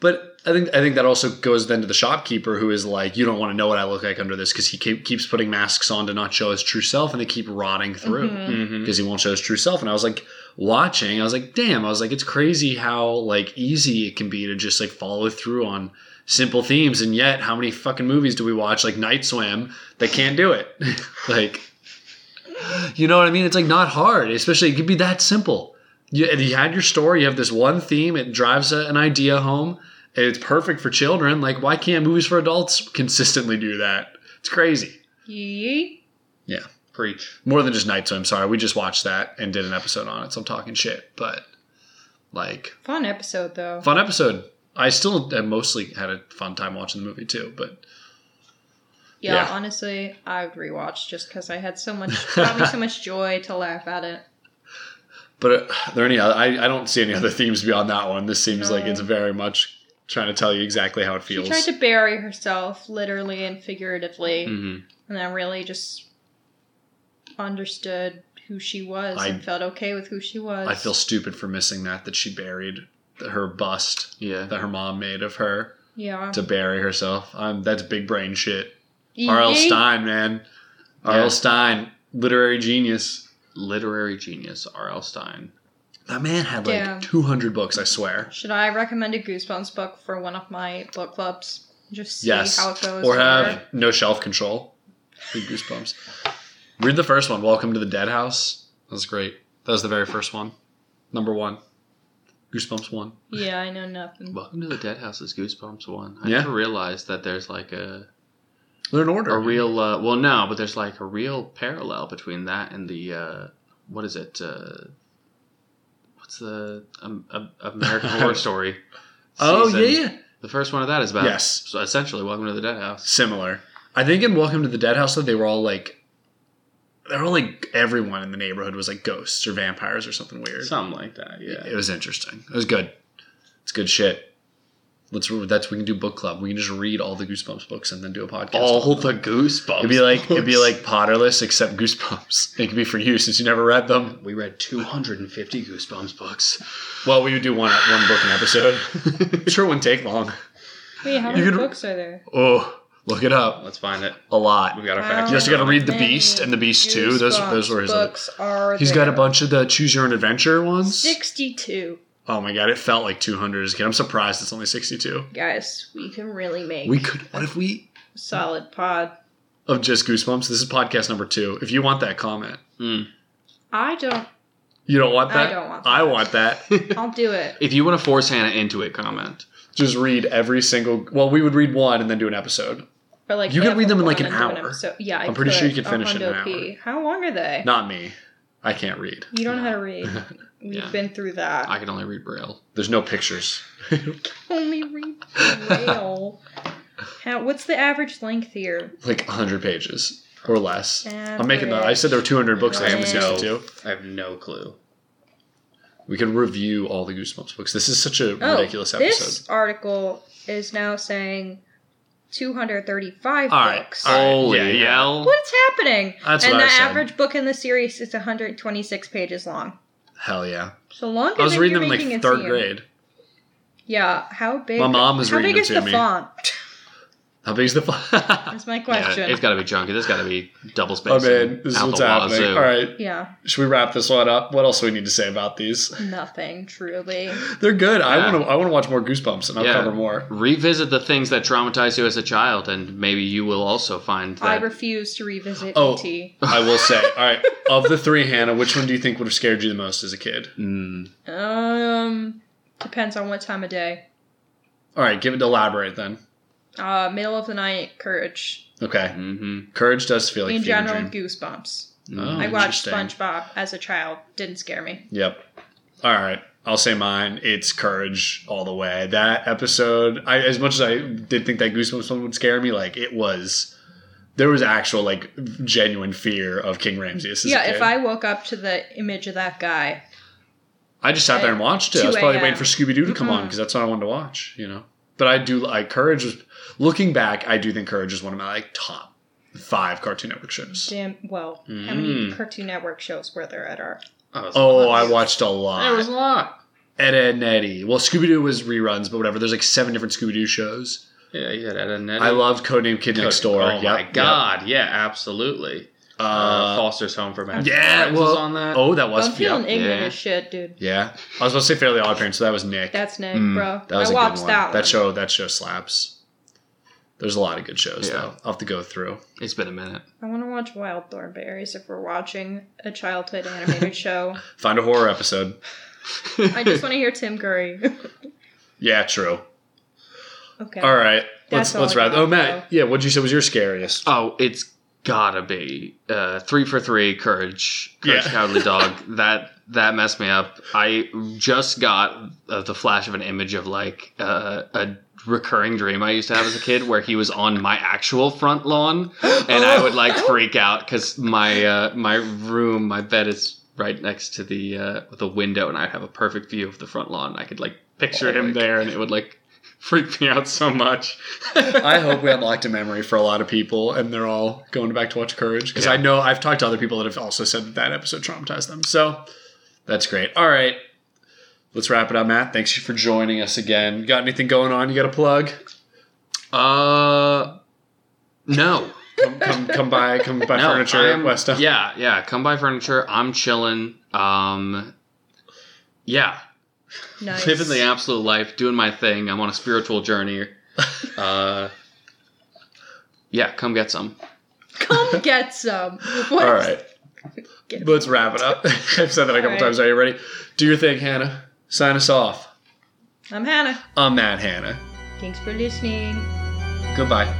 but i think i think that also goes then to the shopkeeper who is like you don't want to know what i look like under this because he keep, keeps putting masks on to not show his true self and they keep rotting through Mm-hmm. because he won't show his true self. And I was like watching, I was like, damn, I was like, it's crazy how like easy it can be to just like follow through on simple themes. And yet, how many fucking movies do we watch like Night Swim that can't do it? like, you know what I mean? It's like not hard, especially it could be that simple. You, and you had your story, you have this one theme, it drives a, an idea home. and It's perfect for children. Like, why can't movies for adults consistently do that? It's crazy. Yee. Preach. more than just Night Swim. Sorry, we just watched that and did an episode on it, so I'm talking shit. But like, Fun episode though. fun episode. I still have mostly had a fun time watching the movie too. But Yeah, Yeah. honestly, I would rewatch just because I had so much, probably so much joy to laugh at it. but uh, are there any? Other, I I don't see any other themes beyond that one. This seems like it's very much trying to tell you exactly how it She feels. tried to bury herself, literally and figuratively, Mm-hmm. and then really just understood who she was I- and felt okay with who she was. I feel stupid for missing that that she buried her bust Yeah. that her mom made of her yeah. to bury herself. Um, that's big brain shit. Yee. R.L. Stein, man. R.L. Yeah. Stein, literary genius. Literary genius R.L. Stein. That man had like Yeah. 200 books, I swear. Should I recommend a Goosebumps book for one of my book clubs? Just see Yes. how it goes. Or later. have no shelf control. Big goosebumps. Read the first one, Welcome to the Dead House. That was great. That was the very first one. Number one. Goosebumps one. Yeah, I know nothing. Welcome to the Dead House's Goosebumps one. I Yeah. never realized that there's like a They're in order. a real uh, well no, but there's like a real parallel between that and the uh, what is it? Uh, what's the um, um, American Horror Story? oh, season. yeah, yeah. The first one of that is about Yes. so essentially Welcome to the Dead House. Similar. I think in Welcome to the Dead House, though, they were all like they're all like everyone in the neighborhood was like ghosts or vampires or something weird. Something like that, It yeah. was interesting. It was good. It's good shit. Let's that's we can do book club. We can just read all the Goosebumps books and then do a podcast. All the goosebumps. it'd be like it'd be like Potterless except Goosebumps. It could be for you since you never read them. We read 250 Goosebumps books. Well, we would do one one book an episode. sure, it wouldn't take long. Wait, how You many could- books are there? Oh, look it up. Let's find it. A lot. We got our Wow. fact. You check. also got to read The How Beast many and The Beast too. Those Goosebumps those were his. Other. books. Are He's got a there? bunch of the Choose Your Own Adventure ones. Sixty-two Oh my god, it felt like 200 as a kid. I'm surprised it's only 62. guys. We can really make We could. What if we a solid pod. of just goosebumps? This is podcast number two. If you want that comment, Mm. I don't. you don't want that. I don't want. I want that. I'll do it. If you want to force Hannah into it, comment. Just read every single. Well, we would read one and then do an episode. Or like You could have read them in, like, one an and do hour. episode. yeah, I I'm pretty sure you could a finish in an hundo P. How long are they? Not me. I can't read. you don't know how to read. We've Yeah. been through that. I can only read Braille. There's no pictures. Only read braille. How, what's the average length here? like 100 pages or less. Average. I'm making that. I said there were 200 books. I I only know. 62. I have no clue. We could review all the goosebumps books. This is such a Oh, ridiculous episode. This article is now saying 235 All right, books. all right. holy Yeah, yeah. hell. What's happening? That's and what the I said. average book in the series is 126 pages long. Hell yeah! So longer. I was than reading you're them in making like it third seem. grade. Yeah. How big? My mom was how reading big them is to the me. font? How big is the font? That's my Yeah, question. Yeah. it's got to be chunky. There's got to be double space. Oh man, this is what's happening. All right, should we wrap this one up? What else do we need to say about these? nothing truly. They're good. I Yeah. want to. I want to watch more Goosebumps, and I'll Yeah. cover more. Revisit the things that traumatized you as a child, and maybe you will also find I that. refuse to revisit E Oh. ET. I will say. All right, of the three, Hannah, which one do you think would have scared you the most as a kid? Mm, Um, depends on what time of day. All right, give it. Elaborate then. Uh, middle of the night, courage. Okay, Mm-hmm. courage does feel like In fever general, dream. goosebumps. Oh, I watched interesting. SpongeBob as a child. Didn't scare me. Yep. All right. I'll say mine. It's courage all the way. That episode, I, as much as I did think that Goosebumps one would scare me, like it was, there was actual like genuine fear of King Ramses. yeah, if I woke up to the image of that guy, I just sat there and watched it. I was 2 probably a.m.. waiting for Scooby Doo to come Mm-hmm. on because that's what I wanted to watch. You know, but I do like courage. Was looking back, I do think courage is one of my like top five Cartoon Network shows. damn. Well, how many Mm. Cartoon Network shows were there at our? Oh, I watched a lot. There was a lot. Ed, Ed and Eddie. Well, Scooby Doo was reruns, but whatever. There's like seven different Scooby Doo shows. Yeah, you had Ed and Eddie. I loved Codename Kid Next Door. Oh my Yep, yep. god! Yeah, absolutely. Uh, Uh, Foster's Home for Magic. yeah, Friends well- was on that. oh, that was I'm feeling yep. ignorant yeah. as shit, dude. Yeah, I was about to say Fairly Odd Parents, so that was Nick. That's Nick, Mm, bro. Hmm, that was I a watched good one. that one. show, that show slaps. There's a lot of good shows Yeah. though. I'll have to go through. it's been a minute. I want to watch Wild Thornberries if we're watching a childhood animated show. Find a horror episode. I just want to hear Tim Curry. Yeah, true. okay. All right, That's let's all let's I wrap. got, Oh, Matt, yeah, what'd you say was your scariest? Oh, it's gotta be uh, three for three. Courage, courage, Yeah. cowardly dog. That that messed me up. I just got uh, the flash of an image of like uh, a recurring dream I used to have as a kid, where he was on my actual front lawn, and I would like freak out because my uh, my room, my bed is right next to the uh, the window, and I'd have a perfect view of the front lawn. I could like picture Oh, him there, and it would like freak me out so much. I hope we unlocked a memory for a lot of people, and they're all going back to watch Courage because Yeah. I know I've talked to other people that have also said that that episode traumatized them. So that's great. All right, let's wrap it up, Matt. Thanks for joining us again. Got anything going on? You got a plug? Uh, no. Come, come, come by, come by No, furniture I'm- at West. Elm. Yeah, yeah. Come buy furniture. I'm chilling. Um, yeah, nice. living the absolute life, doing my thing. I'm on a spiritual journey. Uh, yeah, come get some. Come get some. What? All right, Get- let's wrap it up. I've said that a couple right. times. Are you ready? Do your thing, Hannah. Sign us off. I'm Hannah. I'm Matt Hannah. Thanks for listening. Goodbye.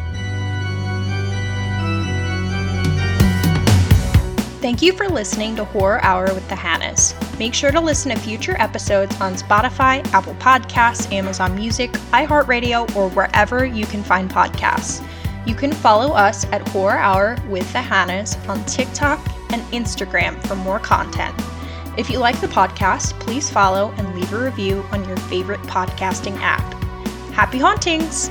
Thank you for listening to Horror Hour with the Hannas. Make sure to listen to future episodes on Spotify, Apple Podcasts, Amazon Music, iHeartRadio, or wherever you can find podcasts. You can follow us at Horror Hour with the Hannas on TikTok, and Instagram for more content. If you like the podcast, please follow and leave a review on your favorite podcasting app. Happy hauntings!